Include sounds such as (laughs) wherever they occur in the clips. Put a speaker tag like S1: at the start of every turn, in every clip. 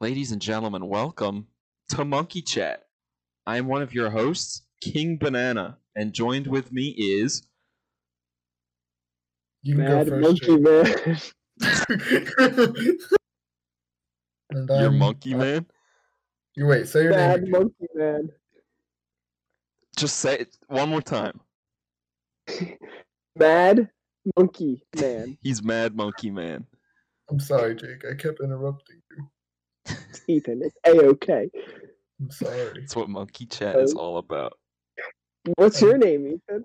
S1: Ladies and gentlemen, welcome to Monkey Chat. I am one of your hosts, King Banana, and joined with me is
S2: You can
S3: Mad
S2: go first.
S3: Monkey
S2: Jake.
S3: Man.
S2: (laughs) And
S1: your
S2: I'm-
S1: monkey
S2: I-
S1: man.
S2: You wait. Say
S3: (laughs)
S2: your name.
S3: Mad
S2: again.
S3: Monkey Man.
S1: Just say it one more time.
S3: Mad Monkey Man.
S1: He's Mad Monkey Man.
S2: I'm sorry, Jake. I kept interrupting you.
S3: It's Ethan. It's a okay.
S2: I'm sorry.
S1: That's what Monkey Chat is
S2: Oh.
S1: all about.
S3: What's your name, Ethan?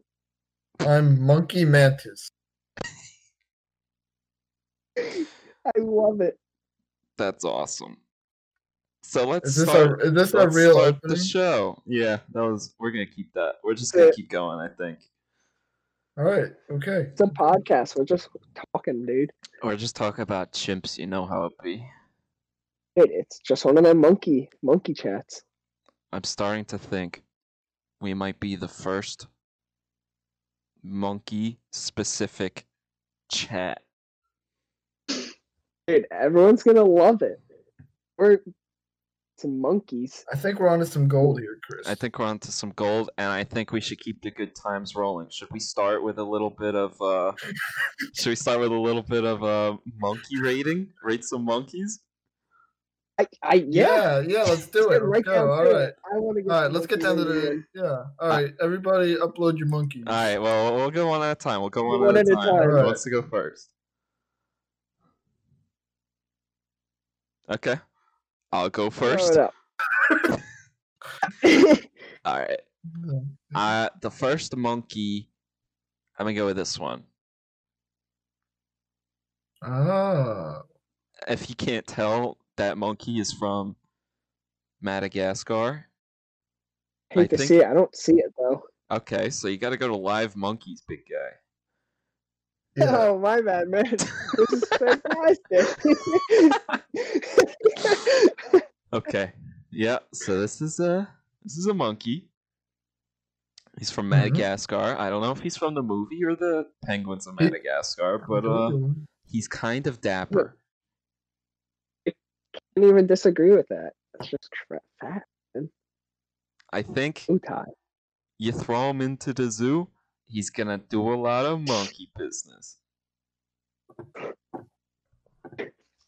S2: I'm Monkey Mantis.
S3: I love it.
S1: That's awesome. So let's
S2: Is this
S1: start.
S2: a is this a
S1: Let's
S2: real
S1: start
S2: opening?
S1: the show. Yeah, that was. We're gonna keep that. We're just gonna
S3: Yeah.
S1: keep going. I think
S2: All right. Okay.
S3: It's a podcast. We're just talking, dude.
S1: we're just talking about chimps. You know how it be.
S3: It, it's just one of them monkey monkey chats.
S1: I'm starting to think we might be the first monkey specific chat.
S3: Dude, everyone's gonna love it. We're some monkeys.
S2: I think we're onto some gold here, Chris.
S1: I think we're onto some gold, and I think we should keep the good times rolling. Should we start with a little bit of? uh (laughs) Should we start with a little bit of uh, monkey rating? Rate some monkeys.
S3: I, I yeah.
S2: Yeah. Yeah. Let's do it.
S3: get
S2: Let's
S3: right down
S2: go. All
S3: to it.
S2: right.
S3: I want to get.
S2: All right.
S3: some
S2: Let's get down
S3: monkey
S2: to
S3: review
S2: the
S3: in.
S2: yeah. All right. Everybody, upload your monkeys.
S1: All right. Well, we'll go one at a time. We'll go one,
S3: One
S1: at, a time. Who
S2: All
S1: wants to go first? Okay, I'll go
S3: Throw it
S1: first.
S2: (laughs)
S3: up.
S1: All right. Uh, the first monkey. I'm gonna go with this one.
S2: Ah.
S1: If you can't tell, that monkey is from Madagascar.
S3: Hate
S1: I
S3: to
S1: think-
S3: see it. I don't see it though.
S1: Okay, so you got to go to live monkeys, big guy.
S2: Yeah.
S3: (laughs) Oh my bad, man. This is (laughs) fantastic.
S1: Okay. Yeah. So this is a this is a monkey. He's from
S2: Mhm.
S1: Madagascar. I don't know if he's from the movie or the penguins of
S2: He-
S1: Madagascar,
S2: (laughs)
S1: but uh, he's kind of dapper.
S3: Can't even disagree with that. That's just tra- fat.
S1: I think
S3: Utai.
S1: you throw him into the zoo, he's gonna do a lot of monkey business.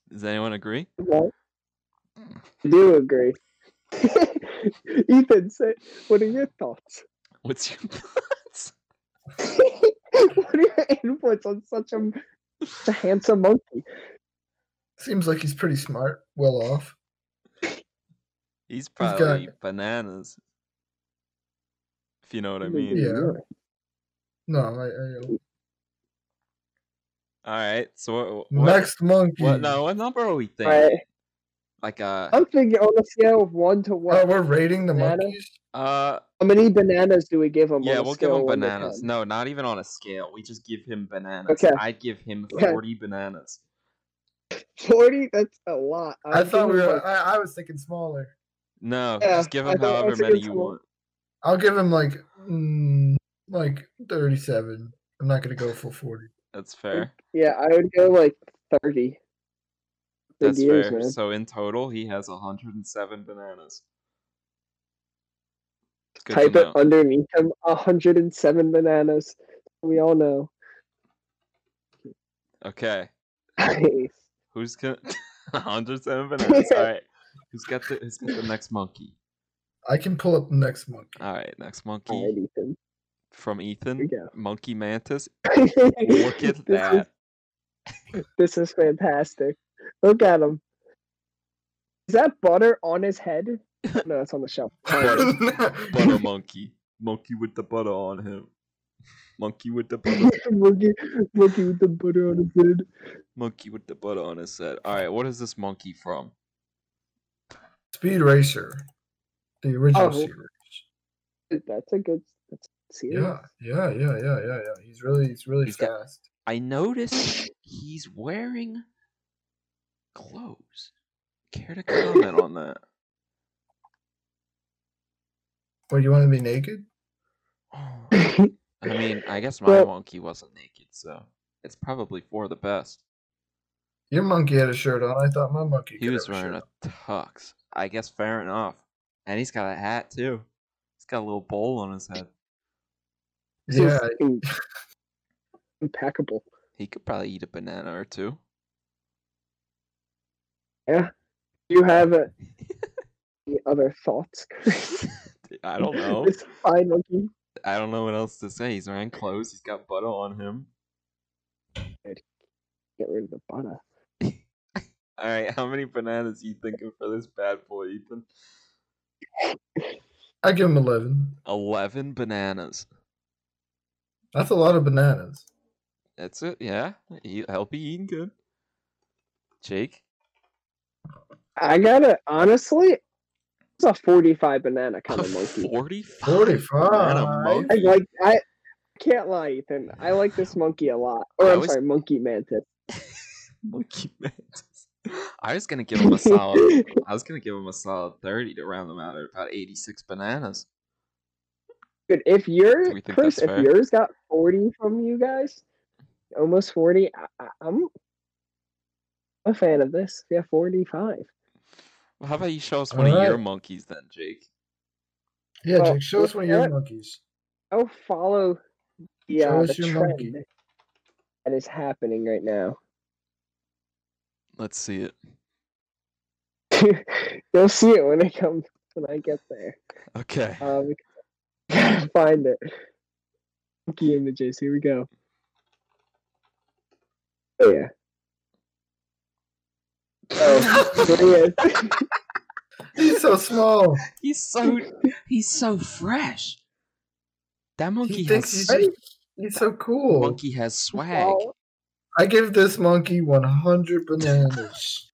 S1: Does anyone agree?
S3: Well,
S2: Mm.
S3: I do agree. (laughs) Ethan, say, what are your thoughts? (laughs)
S1: What's your (laughs) thoughts?
S3: what are your inputs on such a, such a handsome monkey?
S2: Seems like he's pretty smart. Well off.
S1: He's
S2: got-
S1: probably bananas. If you know what I mean.
S2: Yeah. No. I, I,
S1: All right. So what, what,
S2: next monkey.
S1: what? No. What number are we thinking?
S3: Right.
S1: Like uh,
S3: I'm thinking on a scale of one to
S2: Oh,
S3: one.
S2: we're rating the
S3: Banana?
S2: monkeys.
S1: uh,
S3: How many bananas do we give him?
S1: yeah.
S3: on a
S1: We'll give
S3: scale
S1: him
S3: of one to
S1: bananas.
S3: 10?
S1: No, not even on a scale. We just give him bananas.
S3: Okay.
S1: I'd give him
S3: Okay.
S1: forty bananas.
S3: Forty? That's a lot.
S2: I
S3: would
S2: thought
S3: give
S2: we
S3: him,
S2: were.
S3: like,
S2: I, I was thinking smaller.
S1: No,
S3: Yeah,
S1: just give
S3: I
S1: him
S3: think
S1: however
S3: that's a
S1: many
S3: good
S1: you
S3: total.
S1: want.
S2: I'll give him like mm, like thirty-seven. I'm not gonna go full forty.
S1: That's fair.
S3: yeah, I would go like thirty. Good
S1: That's
S3: years,
S1: fair.
S3: man.
S1: So in total, he has hundred and seven bananas. It's good to
S3: Type it
S1: know.
S3: underneath him. hundred and seven bananas. We all know. (laughs)
S1: Okay.
S3: Nice.
S1: Who's gonna? (laughs) hundred
S3: (laughs)
S1: seven bananas. All right. Who's got the? Who's got the next monkey?
S2: I can pull up the next
S1: (laughs)
S2: monkey.
S1: All right. Next monkey
S3: All right, Ethan.
S1: from Ethan.
S3: Here we go.
S1: Monkey Mantis. Look at
S3: (laughs) this is- (laughs)
S1: that.
S3: this is fantastic. Look at him. Is that butter on his head?
S1: (laughs)
S3: No, that's on the shelf. (laughs)
S1: Butter, butter monkey. Monkey with the butter on him. Monkey with the
S3: (laughs)
S1: butter.
S3: Monkey, monkey with the butter on his head.
S1: monkey with the butter on his head. Alright, what is this monkey from?
S2: (laughs) Speed Racer, the original
S3: Oh.
S2: series.
S3: That's a good. That's serious. (laughs)
S2: Yeah, yeah, yeah, yeah, yeah, yeah. He's really, he's really
S1: He's got-
S2: fast.
S1: I noticed he's wearing clothes. Care to comment on that?
S2: What, you want to be naked?
S1: Oh,
S3: Yeah.
S1: I mean, I guess my
S3: Well-
S1: monkey wasn't naked, so it's probably for the best.
S2: Your monkey had a shirt on. I thought my monkey.
S1: He
S2: could
S1: was
S2: have a
S1: wearing
S2: shirt
S1: a tux. I guess fair enough. And he's got a hat too. He's got a little bowl on his head.
S2: on. Yeah, (laughs)
S3: Fucking impeccable.
S1: He could probably eat a banana or two.
S3: Do you have uh, any other thoughts?
S1: I don't
S3: (laughs)
S1: know.
S3: This fine monkey.
S1: I don't know what else to say. He's wearing clothes. He's got butter on him.
S3: Get rid of the butter.
S1: All right, how many bananas you thinking for this bad boy, Ethan?
S2: I give him eleven.
S1: Eleven bananas.
S2: That's a lot of bananas.
S1: That's it. Yeah, he, he'll be eating good. Jake,
S3: I gotta honestly, it's a forty-five banana
S1: (laughs)
S3: kind of monkey.
S1: forty-five.
S2: Forty-five.
S1: Banana monkey?
S3: I like I can't lie, Ethan. I like this monkey a lot. Or
S1: I
S3: I'm
S1: was-
S3: sorry, monkey mantis.
S1: Monkey mantis. (laughs) I was gonna give him a solid. I was gonna give him a solid thirty to round them out at about eighty-six bananas.
S3: (laughs) Dude, if
S1: Do
S3: your
S1: we think
S3: Chris,
S1: that's
S3: if
S1: fair?
S3: yours got forty from you guys, almost forty, I, I, I'm a fan of this. Yeah, forty-five.
S1: Well, how about you show us
S2: All
S1: one of your
S2: right.
S1: monkeys then, Jake?
S2: Yeah,
S3: Well,
S2: Jake, show us one of your
S3: what-
S2: monkeys.
S3: I'll Oh, follow the,
S2: Show
S3: uh,
S2: us
S3: the
S2: your
S3: trend
S2: monkey.
S3: that is happening right now. (laughs)
S1: Let's see it.
S3: You'll see it when it comes when I get there.
S1: Okay.
S3: Uh, we gotta (laughs) find it. Monkey images. Here we go. Oh yeah.
S1: (laughs)
S3: Oh, there he is.
S2: He's so small.
S1: (laughs) He's so he's so fresh. That monkey
S2: He
S1: has
S2: thinks he's,
S1: s-
S2: he's so cool.
S1: monkey has swag.
S3: Well,
S2: I give this monkey 100 bananas.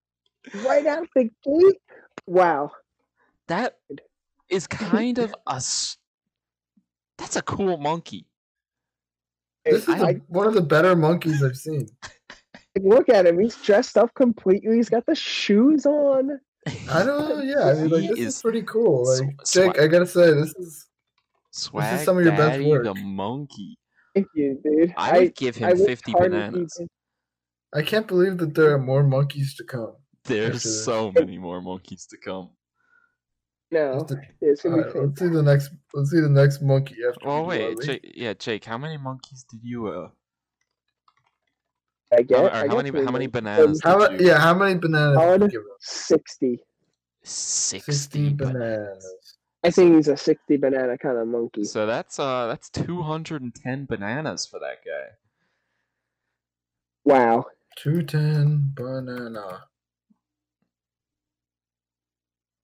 S3: right out the gate. Wow.
S1: That is kind of a. s- That's a cool monkey.
S2: this is
S1: I
S2: the-
S3: like,
S2: one of the better monkeys I've seen.
S3: look at him. He's dressed up completely. He's got the shoes on.
S1: (laughs)
S2: I don't. Yeah, I mean, like
S1: He
S2: this is,
S1: is
S2: pretty cool.
S1: sw-
S2: Like
S1: swag-
S2: Jake, I gotta say, this is
S1: Swag
S2: some of your best
S1: Daddy the
S2: work.
S1: monkey.
S3: Thank you, dude.
S1: I would give him
S3: worked
S1: fifty
S3: hard with
S1: bananas.
S3: Ethan.
S2: I can't believe that there are more monkeys to come.
S1: There's
S2: after this.
S1: so many more monkeys to come.
S3: No, Oh,
S2: Let's do-
S3: it's
S2: all
S3: gonna be
S2: right, let's see the next. Let's see the next monkey after.
S1: Well,
S2: we do our
S1: Oh, wait,
S2: league.
S1: Jake, yeah, Jake. How many monkeys did you uh?
S3: I get.
S1: how, or
S3: I
S1: how
S3: get
S1: many?
S3: three
S1: How many
S3: monkeys.
S1: bananas?
S2: How
S1: did
S2: ma-
S1: you-
S2: yeah, how many bananas?
S3: Solid.
S2: did you give him?
S3: Sixty.
S1: Sixty
S2: 60
S1: bananas.
S2: bananas.
S3: I think he's a sixty banana kind of monkey.
S1: So that's uh that's 210 bananas for that guy.
S3: Wow.
S2: 210 banana.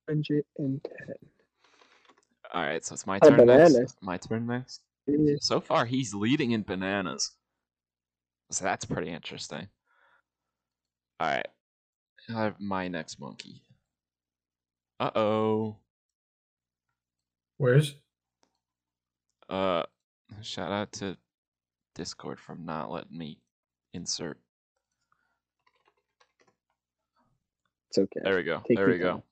S3: Hundred and
S1: All right, so it's my
S3: Lot of
S1: turn next.
S3: bananas.
S1: My turn next.
S3: ten.
S1: So far he's leading in bananas. So that's pretty interesting. All right. I have my next monkey. Uh-oh.
S2: Where's
S1: Uh shout out to Discord for not letting me insert.
S3: It's okay.
S1: There we go.
S3: Take
S1: there
S3: your
S1: we go.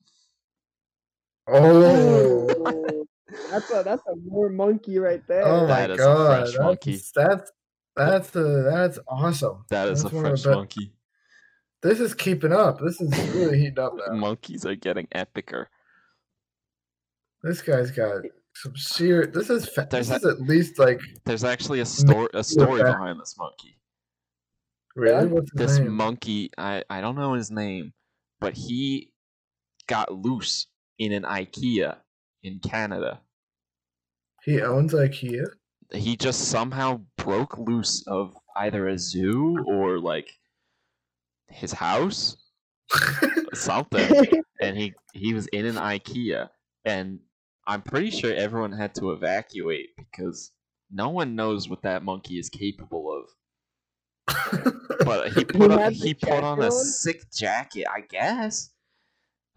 S2: oh.
S3: Oh, (laughs) that's a that's a war monkey right there.
S2: Oh my
S1: That is a
S2: god,
S1: fresh
S2: that's,
S1: monkey.
S2: that's that's uh, that's awesome.
S1: That is
S2: That's
S1: a
S2: one of the
S1: fresh
S2: bet-
S1: monkey.
S2: This is keeping up. This is really heating up
S1: (laughs)
S2: now.
S1: Monkeys are getting epicer.
S2: This guy's got some serious. This is fa-
S1: There's
S2: this
S1: that-
S2: is at least like
S1: There's actually a story a story
S2: back.
S1: behind this monkey.
S2: really what's his
S1: this
S2: name?
S1: monkey I, I don't know his name but he got loose in an ikea in canada
S2: he owns ikea (laughs)
S1: he just somehow broke loose of either a zoo or like his house something and he he was in an ikea and i'm pretty sure everyone had to evacuate because no one knows what that monkey is capable of but he put on,
S3: had the
S1: he put on a
S3: jacket on?
S1: sick jacket, I guess.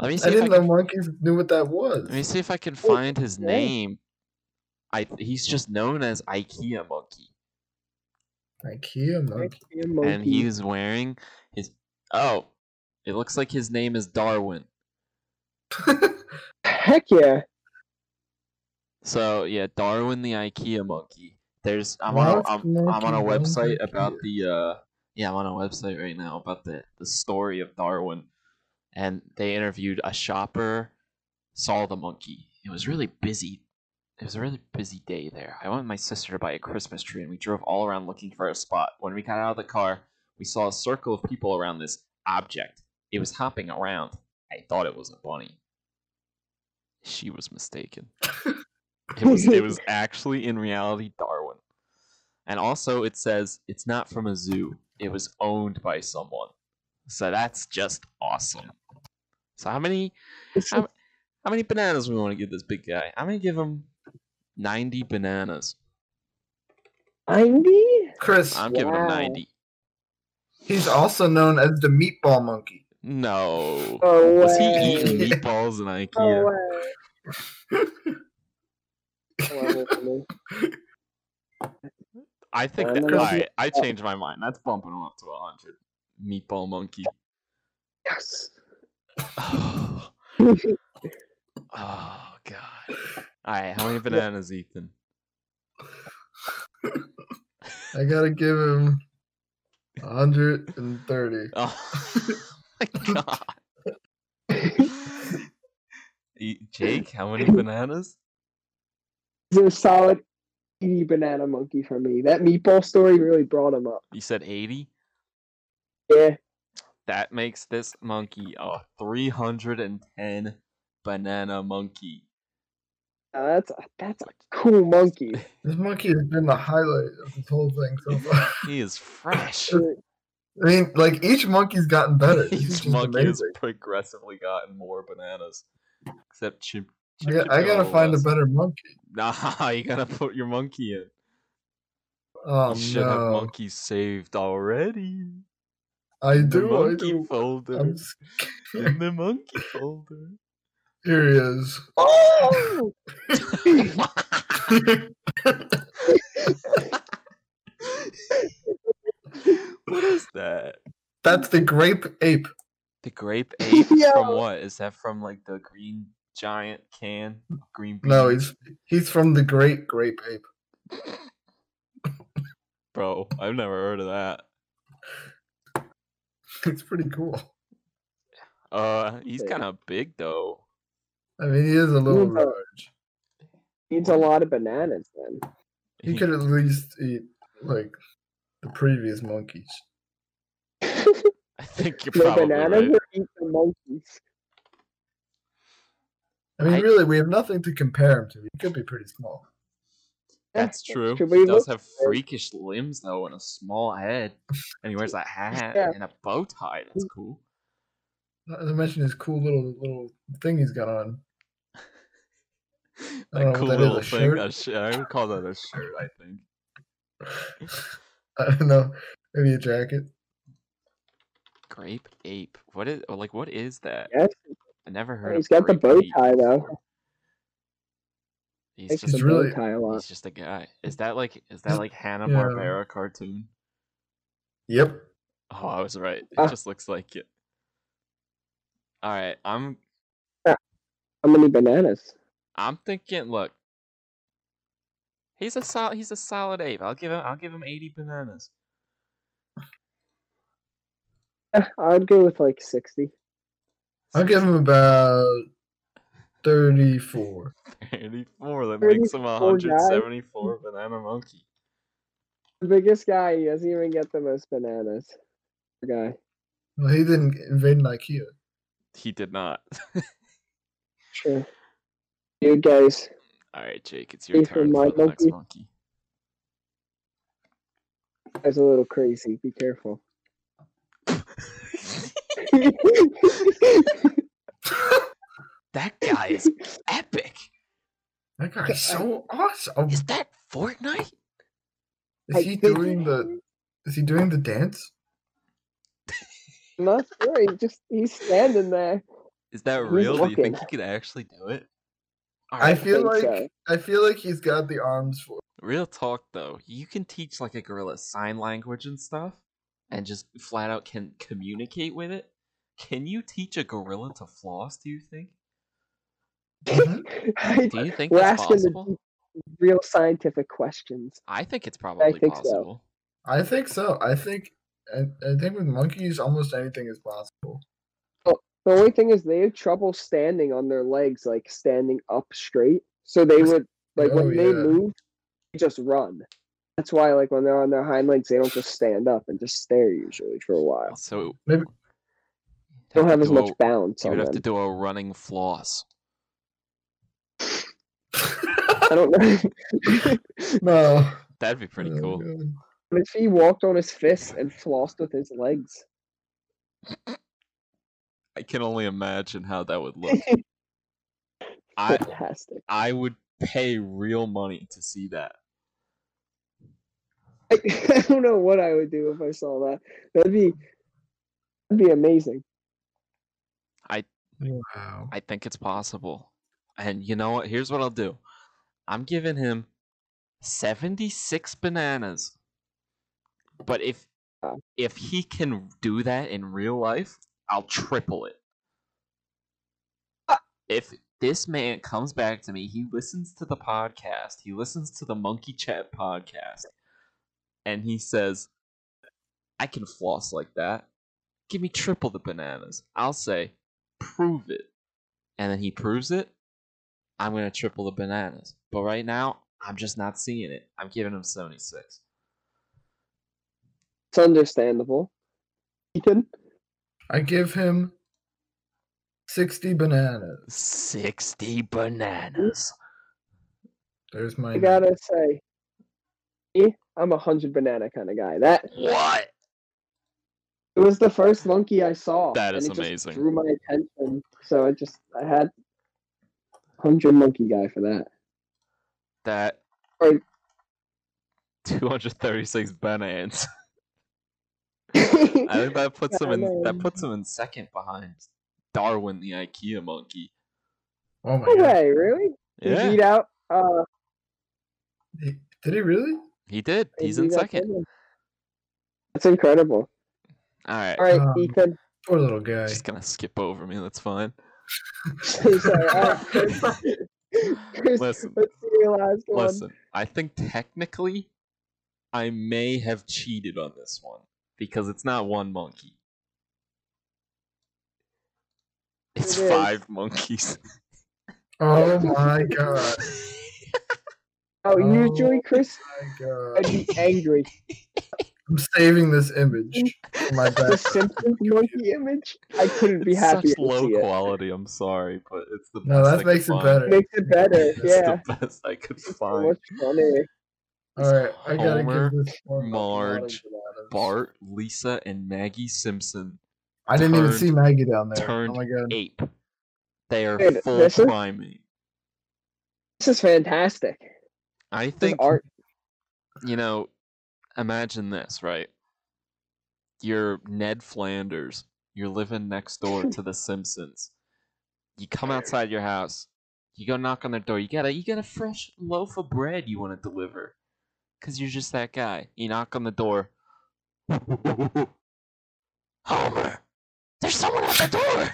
S1: Let me see
S2: i
S1: if I
S2: didn't know
S1: can,
S2: monkeys knew what that
S1: let me
S2: was
S1: see if I can
S3: Oh,
S1: find his
S3: yeah.
S1: name. I he's just known as IKEA monkey,
S2: ikea monkey
S3: Be a monkey.
S1: and he's wearing his oh, it looks like his name is Darwin.
S3: heck yeah.
S1: So yeah, Darwin the IKEA monkey. There's I'm on
S2: What
S1: a, I'm, I'm on a
S2: monkey
S1: website
S2: went
S1: about the uh yeah, I'm on a website right now about the, the story of Darwin. And they interviewed a shopper, saw the monkey. It was really busy. It was a really busy day there. I went with my sister to buy a Christmas tree, and we drove all around looking for a spot. When we got out of the car, we saw a circle of people around this object. It was hopping around. I thought it was a bunny. She was
S3: (laughs)
S1: mistaken. It was, it was actually, in reality, Darwin. And also, it says it's not from a zoo. It was owned by someone. So that's just awesome. So how many, how, how many bananas we want to give this big guy? I'm gonna give him ninety bananas.
S3: Ninety?
S2: (laughs) Chris,
S1: I'm giving him
S3: Wow.
S1: ninety.
S2: he's also known as the meatball monkey.
S1: No,
S3: No
S1: was he
S3: way.
S1: eating meatballs in IKEA?
S3: (laughs) No way. Come on, Anthony.
S1: I think
S3: I'm
S1: that,
S3: gonna
S1: alright,
S3: give-
S1: I changed my mind. That's bumping him up to hundred. Meatball monkey. (sighs)
S3: Yes.
S1: Oh, god. All right, how many bananas, Ethan? (laughs)
S2: I gotta give him 130.
S1: Oh my god. E- Jake, how many bananas?
S3: He's a solid eaty banana monkey for me. That meatball story really brought him up.
S1: You said eighty.
S3: Yeah.
S1: That makes this monkey a three hundred and ten banana monkey.
S3: Now uh, that's a, that's a
S1: (laughs)
S3: cool monkey.
S2: This monkey has been the highlight of this whole thing so far. (laughs)
S1: He is fresh.
S2: I mean, like each monkey's gotten
S1: (laughs)
S2: better. This is
S1: Each
S2: just
S1: monkey has
S2: amazing.
S1: progressively gotten more bananas. Except Chip.
S2: I got- I gotta find a
S1: banana.
S2: better monkey.
S1: Nah, (laughs) you gotta put your monkey in.
S2: Oh
S1: you should have
S2: no,
S1: monkey saved already.
S2: I
S1: The
S2: do. I
S1: monkey
S2: do.
S1: folder. (laughs)
S2: I'm scared.
S1: In the monkey folder.
S2: (laughs) Here he is. (laughs)
S3: Oh!
S1: what is that?
S2: That's the grape ape.
S1: The
S2: (laughs)
S1: grape ape from
S3: Yo.
S1: what? Is that from like the green giant can? of Green bean?
S2: No, he's he's from the great grape ape. (laughs)
S1: bro. I've never heard of that.
S2: It's pretty cool.
S1: Uh, he's
S3: Yeah.
S1: kind of big though.
S2: I mean, he is a little
S3: Meatball.
S2: large.
S3: Eats a lot of bananas then. (laughs)
S2: He could at least eat like the previous monkeys.
S1: (laughs) I think you're
S3: no
S1: probably
S3: bananas
S1: right.
S3: or eat the monkeys.
S2: I mean,
S1: I-
S2: really, we have nothing to compare him to. He could be pretty small.
S1: That's true.
S3: Should
S1: He
S3: we
S1: does
S3: look?
S1: have freakish limbs though, and a small head, and he wears a hat
S3: Yeah.
S1: and a bow tie. That's (laughs) cool.
S2: Not to mention his cool little little thing he's got on.
S1: Oh, That
S2: know what
S1: cool
S2: that is,
S1: little
S2: a
S1: thing.
S2: shirt?
S1: A shi- I would call that a shirt. I think.
S2: (laughs) I don't know, maybe a jacket.
S1: Grape ape. What is or, like? What is that?
S3: Yes.
S1: I never heard.
S3: He's
S1: of
S3: got the
S1: grape
S3: bow
S1: ape
S3: tie, though.
S1: before. He's
S3: Makes
S1: just,
S3: the
S2: He's really-
S3: bow tie a lot.
S1: he's just a guy. Is that like? Is that
S2: He's-
S1: like Hanna Barbera cartoon?
S2: Yep.
S1: Oh, I was right. It
S3: Ah.
S1: just looks like it. All right, I'm
S3: How many bananas?
S1: I'm thinking. Look, he's a sol- he's a solid ape. I'll give him I'll give him eighty bananas.
S3: Eh, I'd go with like 60.
S1: (laughs)
S2: I'll give him about thirty-four.
S1: Eighty four. That makes him a
S3: 34
S1: hundred
S3: guys.
S1: seventy four banana monkey.
S3: The biggest guy, he doesn't even get the most bananas. The guy.
S2: Well, he didn't invade
S1: (laughs)
S2: an IKEA.
S1: He did not. (laughs)
S3: Sure. You guys.
S1: All right, Jake, it's your
S3: Ethan,
S1: turn
S3: my
S1: for the next
S3: monkey.
S1: monkey.
S3: That's a little crazy. Be
S1: (laughs)
S3: careful. (laughs)
S1: that guy
S3: (laughs)
S1: is epic.
S2: That guy's so awesome.
S1: Is that Fortnite?
S2: Is he doing the? Is he doing the dance?
S3: I'm not sure. He just he's standing there.
S1: Is that
S3: He's
S1: real? Do you think he
S3: looking.
S1: could actually do it? All
S2: I
S1: right,
S2: feel like
S3: think
S2: I feel like he's got the arms for.
S1: real talk though. You can teach like a gorilla sign language and stuff, and just flat out can communicate with it. Can you teach a gorilla to floss? Do you think? Mm-hmm.
S2: Mhm.
S3: I- (laughs)
S1: Do you think
S3: We're
S1: that's
S3: asking the
S1: possible?
S3: deep, real scientific questions.
S1: I think it's probably
S3: think so.
S1: possible.
S2: I think so. I think I, I think with monkeys, almost anything is
S1: (laughs)
S2: possible.
S3: The only thing is they have trouble standing on their legs, like standing up straight. So they would like
S2: Oh,
S3: when they
S2: yeah.
S3: move, they just run. That's why like when they're on their hind legs, they don't just stand up and just stare usually for a while.
S1: So
S2: Maybe-
S3: They don't have
S1: to
S3: as
S1: do
S3: much
S1: a-
S3: bounce
S1: You
S3: on
S1: would have to
S3: them.
S1: do a running floss.
S3: I don't know. (laughs)
S2: no.
S1: That'd be pretty
S2: Oh,
S1: cool.
S2: God.
S3: what if he walked on his fists and flossed with his legs?
S1: I can only imagine how that would
S3: (laughs)
S1: look. I
S3: Fantastic.
S1: I would pay real money to see that.
S3: I, (laughs) I don't know what I would do if I saw that. That'd be that'd be amazing.
S2: Wow.
S1: I think it's possible. And you know what? Here's what I'll do. I'm giving him 76 bananas. But if
S3: Wow.
S1: if he can do that in real life, I'll triple it. If this man comes back to me, he listens to the podcast, he listens to the Monkey Chat podcast, and he says, I can floss like that. Give me triple the bananas. I'll say, prove it and then he proves it, I'm gonna triple the bananas. But right now, I'm just not seeing it. I'm giving him 76.
S3: It's understandable. Ethan?
S2: I give him 60 bananas.
S1: 60 bananas.
S2: There's my.
S3: I
S1: Mm-hmm.
S3: gotta say, me, I'm a hundred banana kind of guy. That
S1: What?
S3: it was the first monkey I saw.
S1: That
S3: and
S1: is
S3: it just
S1: amazing.
S3: drew my attention, so I just I had hundred monkey guy for that.
S1: That.
S3: Right.
S1: 236 bananas. (laughs)
S3: (laughs)
S1: I think that puts him in that
S3: Bananas.
S1: puts him in second behind Darwin the IKEA monkey.
S2: Oh my
S3: no
S2: god.
S3: way, really? He
S1: Yeah,
S3: beat out. Uh,
S2: He- Did he really?
S1: he did.
S3: he
S1: He's in
S3: beat out
S1: second.
S3: Finland. That's incredible.
S1: All right.
S3: All right,
S2: Um,
S3: Ethan.
S2: Poor little guy.
S1: Just gonna skip over me. That's fine.
S3: Sorry, all
S1: (laughs)
S3: right, Chris, Chris,
S1: Listen.
S3: let's see your last one.
S1: Listen, I think technically I may have cheated on this one because it's not one monkey. It's
S3: It is.
S1: five
S2: (laughs)
S1: monkeys.
S2: Oh my
S1: (laughs)
S2: god.
S3: Oh, usually
S2: Oh.
S3: Chris,
S2: My god.
S3: I'd be angry.
S2: I'm saving this image. for My
S3: the
S2: back.
S3: Simpsons monkey image. I couldn't be
S1: It's
S3: happy.
S1: Such low
S3: see it.
S1: quality. I'm sorry, but it's the
S2: No,
S1: best I
S2: that
S1: could
S2: makes it
S1: find.
S2: better.
S3: Makes it better.
S1: It's
S3: Yeah.
S1: the best I could
S3: So
S1: find.
S3: much funnier.
S2: All right, I gotta
S1: Homer,
S2: give this one a lot of
S1: Marge,
S2: bananas.
S1: Bart, Lisa, and Maggie Simpson
S2: I didn't even
S1: turned-
S2: see Maggie down there.
S1: turned
S2: oh my god.
S1: ape. They are
S3: Dude,
S1: full
S3: this is-
S1: primate.
S3: This is fantastic.
S1: I
S3: This is
S1: think
S3: art.
S1: you know, imagine this, right? You're Ned Flanders. You're living next door to the Simpsons. You come outside your house. You go knock on their door. You got a you got a fresh loaf of bread you want to deliver, cause you're just that guy. You knock on the door. Homer, there's someone at the door.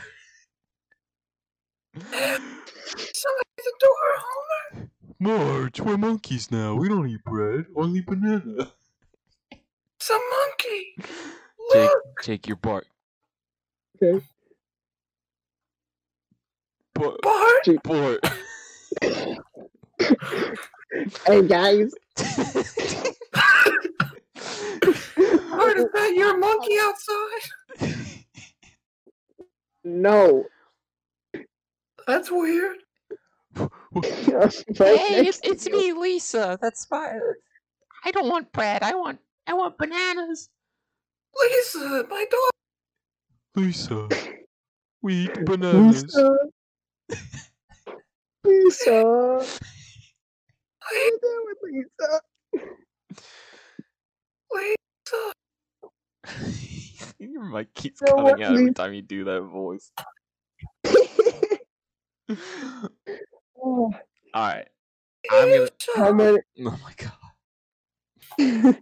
S1: Marge, we're monkeys now. We don't eat bread, only banana.
S2: It's a monkey.
S1: Jake, Jake, you're Bart.
S3: Okay.
S1: Bart.
S2: Bart.
S1: Bart.
S3: Hey guys.
S2: that your monkey outside?
S3: no. (laughs)
S2: That's weird.
S1: Lisa. That's my. I don't want bread. I want. I want bananas.
S2: Lisa, my dog.
S1: Lisa, we eat
S3: (laughs) Lisa. Lisa. What
S2: Wait,
S3: you doing with Lisa?
S2: wait.
S1: (laughs) Your mic keeps
S3: You know what,
S1: cutting out every
S3: Lisa?
S1: time you do that
S3: (laughs)
S1: voice. All
S3: Oh,
S1: right. I'm
S3: (laughs)
S1: gonna.
S3: How many?
S1: Oh my god.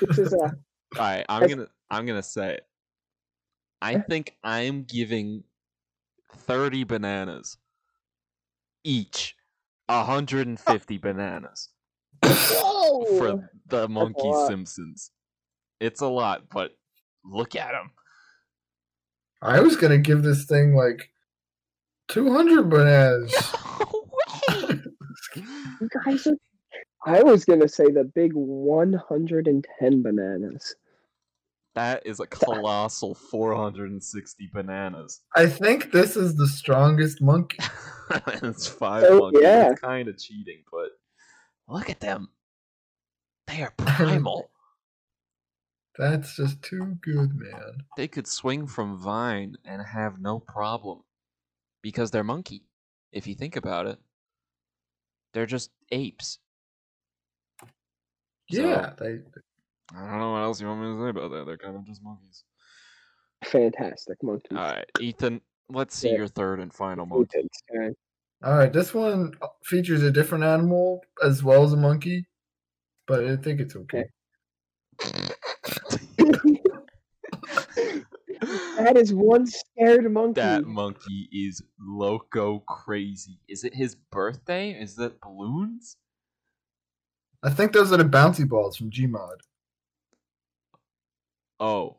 S3: this is uh, a
S1: All right, I'm
S3: That's-
S1: gonna I'm gonna say it. I think I'm giving thirty bananas each, hundred
S3: (laughs)
S1: and fifty bananas
S3: whoa.
S1: for the Monkey
S3: lot.
S1: Simpsons. It's a lot, but look at him.
S2: I was gonna give this thing like two hundred bananas.
S1: No way.
S3: You guys are. I was gonna say the big 110 bananas.
S1: (laughs) that is a colossal 460 bananas. (laughs)
S2: I think this is the strongest monkey.
S1: it's five
S3: Oh,
S1: monkeys.
S3: yeah.
S1: It's kind of cheating, but look at them. They
S3: (laughs)
S1: are primal.
S2: That's just too good, man.
S1: they could swing from vine and have no problem because they're monkey. If you think about it, they're just apes. So-
S2: Yeah, they
S1: I don't know what else you want me to say about that. They're kind of just monkeys.
S3: Fantastic monkeys.
S1: All right, Ethan, let's see
S3: Yeah.
S1: your third and final
S3: Who
S1: monkey.
S3: takes care?
S2: All right, this one uh, features a different animal as well as a monkey, but I think it's okay.
S3: (laughs)
S1: (laughs)
S3: That is one scared
S2: (laughs)
S3: monkey.
S1: that monkey is loco crazy. Is it his birthday? Is that balloons?
S2: I think those are the bouncy balls from Gmod.
S1: Oh.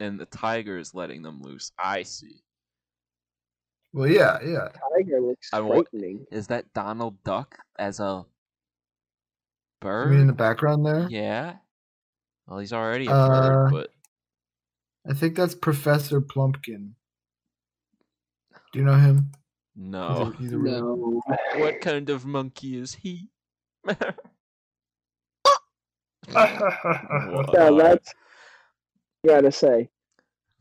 S1: And the tiger is letting them loose. I see.
S2: Well, yeah, yeah.
S3: tiger looks
S1: I want-
S3: frightening.
S1: Is that Donald Duck as a
S2: I mean, in the
S1: bird?
S2: background there,
S1: Yeah. Well, he's already a
S2: Uh,
S1: bird, but
S2: I think that's Professor Plumpkin. Do you know him? He's a-
S1: Oh, no.
S2: he's a
S1: (laughs)
S2: really-
S3: No. (laughs)
S1: What kind of monkey is he? (laughs) What?
S3: Yeah,
S1: Uh,
S3: that's gotta say.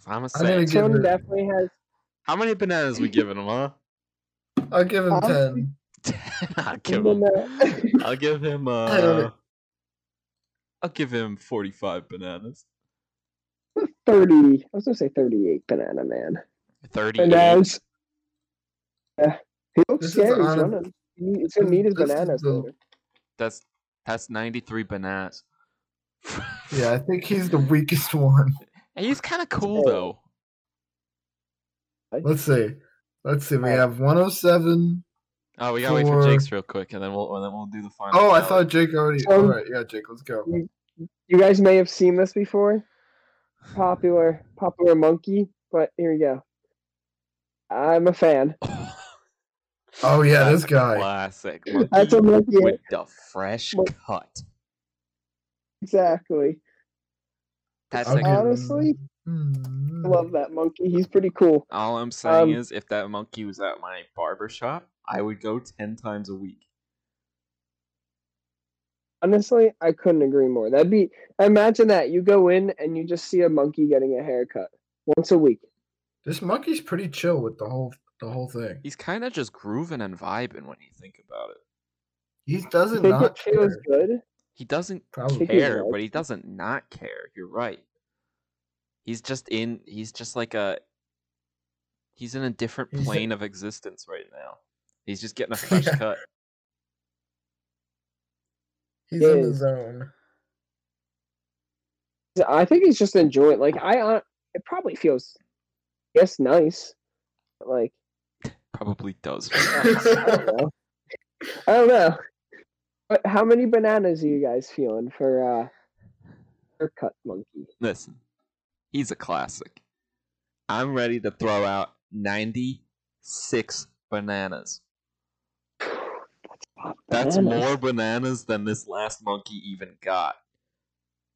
S1: I'm a
S2: I'm gonna
S1: savage.
S2: give
S3: Tim
S2: it-
S3: definitely has
S1: How many bananas we giving him, huh? (laughs)
S2: I'll give him
S3: Honestly,
S2: ten.
S1: I'll give him.
S3: banana. (laughs)
S1: I'll give him.
S2: I don't know.
S1: Uh, I'll give him forty-five bananas.
S3: 30. I was gonna say 38 banana man.
S1: Thirty.
S3: Bananas. Yeah. He
S2: This
S3: looks
S2: is
S3: scared. He's
S2: honest-
S3: running. He need- He's gonna need his
S2: this is
S3: bananas.
S2: the-
S3: later.
S1: That's that's ninety-three bananas.
S2: Yeah, I think he's the weakest (laughs) one.
S1: And he's kind of cool
S3: Oh.
S1: though.
S2: Let's see. Let's see. We
S3: Alright.
S2: have 107.
S1: Oh, we gotta wait for
S2: For-
S1: Jake's real quick, and then we'll and then we'll do the final.
S2: Oh, I
S1: tally. (laughs)
S2: thought (laughs) Jake already.
S3: Um,
S2: All right, yeah, Jake, let's go.
S3: You guys may have seen this before. Popular, popular monkey. But here we go. I'm a fan.
S2: Oh yeah, this guy. (laughs)
S1: Classic. Monkey
S3: That's a monkey.
S1: with the fresh
S3: Mon-
S1: cut.
S3: Exactly.
S1: That's
S2: Okay.
S1: like,
S3: Honestly, I
S2: Mm.
S3: love that monkey. He's pretty cool.
S1: all I'm saying
S3: Um,
S1: is, if that monkey was at my barber shop, I would go ten times a week.
S3: Honestly, I couldn't agree more. That'd be imagine that. You go in and you just see a monkey getting a haircut once a week.
S2: This monkey's pretty chill with the whole the whole thing.
S1: He's kind of just grooving and vibing when you think about it.
S2: He
S3: I
S2: doesn't
S3: think
S2: not
S3: it feels
S2: care.
S3: good.
S1: He doesn't
S2: Probably.
S3: Think he's
S1: care,
S3: right.
S1: but he doesn't not care. You're right. He's just in. He's just like a. He's in a different
S2: He's a-
S1: plane of existence right now. He's just
S2: (laughs)
S1: getting a fresh
S2: Yeah.
S1: cut.
S2: He's
S3: Yeah.
S2: in the zone.
S3: I think he's just enjoying. Like I, hon- it probably feels, yes, nice. but, Like
S1: Probably does.
S3: (laughs) I don't know. I don't know. But how many bananas are you guys feeling for uh haircut monkey?
S1: Listen, he's a classic. I'm ready to throw out 96 bananas.
S3: Fuck,
S1: That's
S3: bananas.
S1: more bananas than this last monkey even got.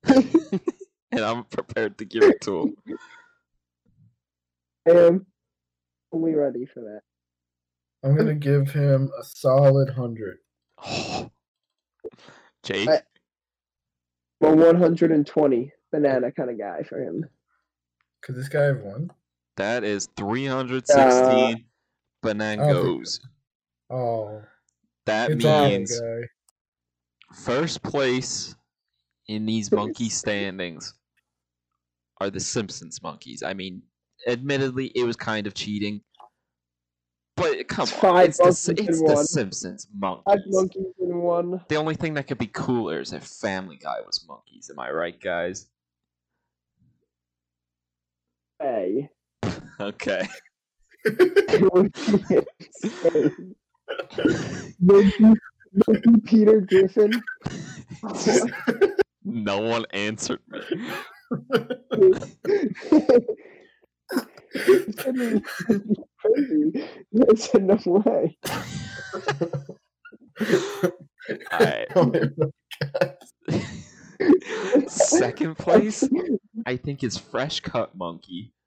S1: and I'm prepared to give it to him.
S3: I am only ready for that.
S2: I'm gonna give him a solid hundred.
S1: (sighs) Jake,
S3: I- I'm a 120 banana kind of guy for him.
S2: Could this guy have one?
S1: that
S3: Uh,
S1: is 316 banangos.
S2: Oh,
S1: That
S2: it's all
S1: means (laughs)
S2: guy. (laughs)
S1: first place in these monkey standings are the Simpsons monkeys. I mean, admittedly, it was kind of cheating, but come
S3: It's
S1: on,
S3: five
S1: it's, the, Si-
S3: monkeys in
S1: it's the
S3: one.
S1: Simpsons
S3: Five
S1: monkeys.
S3: monkeys in one.
S1: The only thing that could be cooler is if Family Guy was monkeys. Am I right, guys? (laughs)
S3: Hey.
S1: Okay.
S3: monkey, monkey (laughs) Peter Griffin.
S1: no one answered me.
S3: It's gonna be crazy. It's in no way.
S1: All right. Second place, I think, is Fresh Cut Monkey.
S3: (laughs)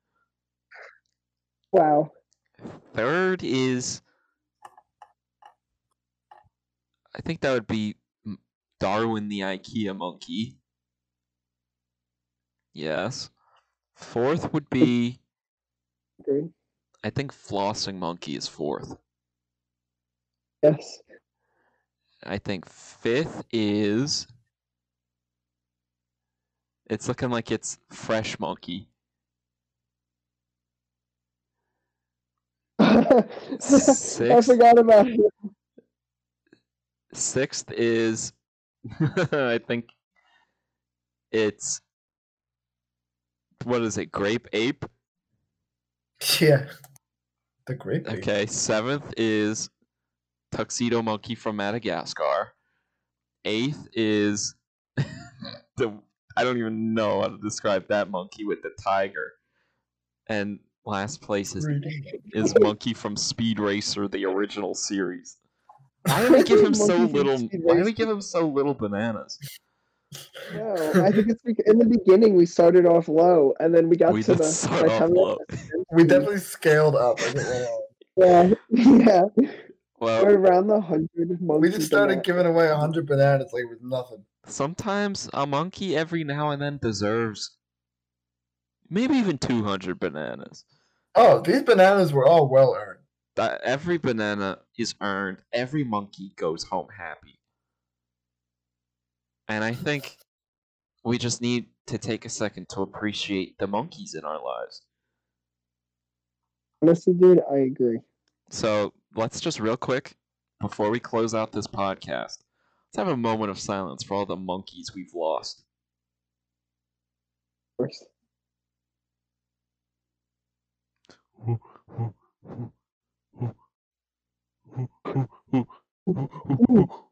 S3: Wow.
S1: Third is, I think that would be M- Darwin the IKEA Monkey. Yes. Fourth would be,
S3: Dude.
S1: I think, Flossing Monkey is fourth.
S3: Yes. (laughs)
S1: I think fifth is. It's looking like it's Fresh Monkey.
S3: I
S1: Six.
S3: forgot about it.
S1: Sixth is, (laughs) I think, it's what is it? Grape ape.
S2: yeah. The great. ape.
S1: Okay. Seventh is tuxedo monkey from Madagascar. Eighth is (laughs) the I don't even know how to describe that monkey with the tiger. And last place is
S2: Reading it.
S1: is Monkey from Speed Racer, the original series.
S3: (laughs)
S2: (laughs)
S1: Why do we give him so
S3: Monkey from
S1: little?
S3: Speed
S1: Why do we
S3: Racer.
S1: give him so little bananas?
S3: No, I think it's bec- in the beginning we started off low, and then we got
S1: We
S3: to
S1: did
S3: the. (laughs) by
S1: start
S3: the
S1: off
S3: time we
S1: low.
S3: got
S2: We definitely scaled up. as it went on.
S3: to- Yeah, (laughs) yeah.
S1: Well,
S3: We're around the hundred.
S2: We just started giving away hundred bananas like it was nothing.
S1: sometimes a monkey every now and then deserves maybe even two hundred bananas.
S2: Oh, these bananas were all well earned.
S1: That every banana is earned. Every monkey goes home happy. And I think we just need to take a second to appreciate the monkeys in our lives.
S3: Honestly, dude, I agree.
S1: So let's just real quick before we close out this podcast, let's have a moment of silence for all the monkeys we've lost.
S3: Of course.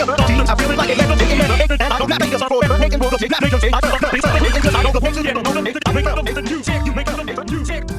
S4: I'm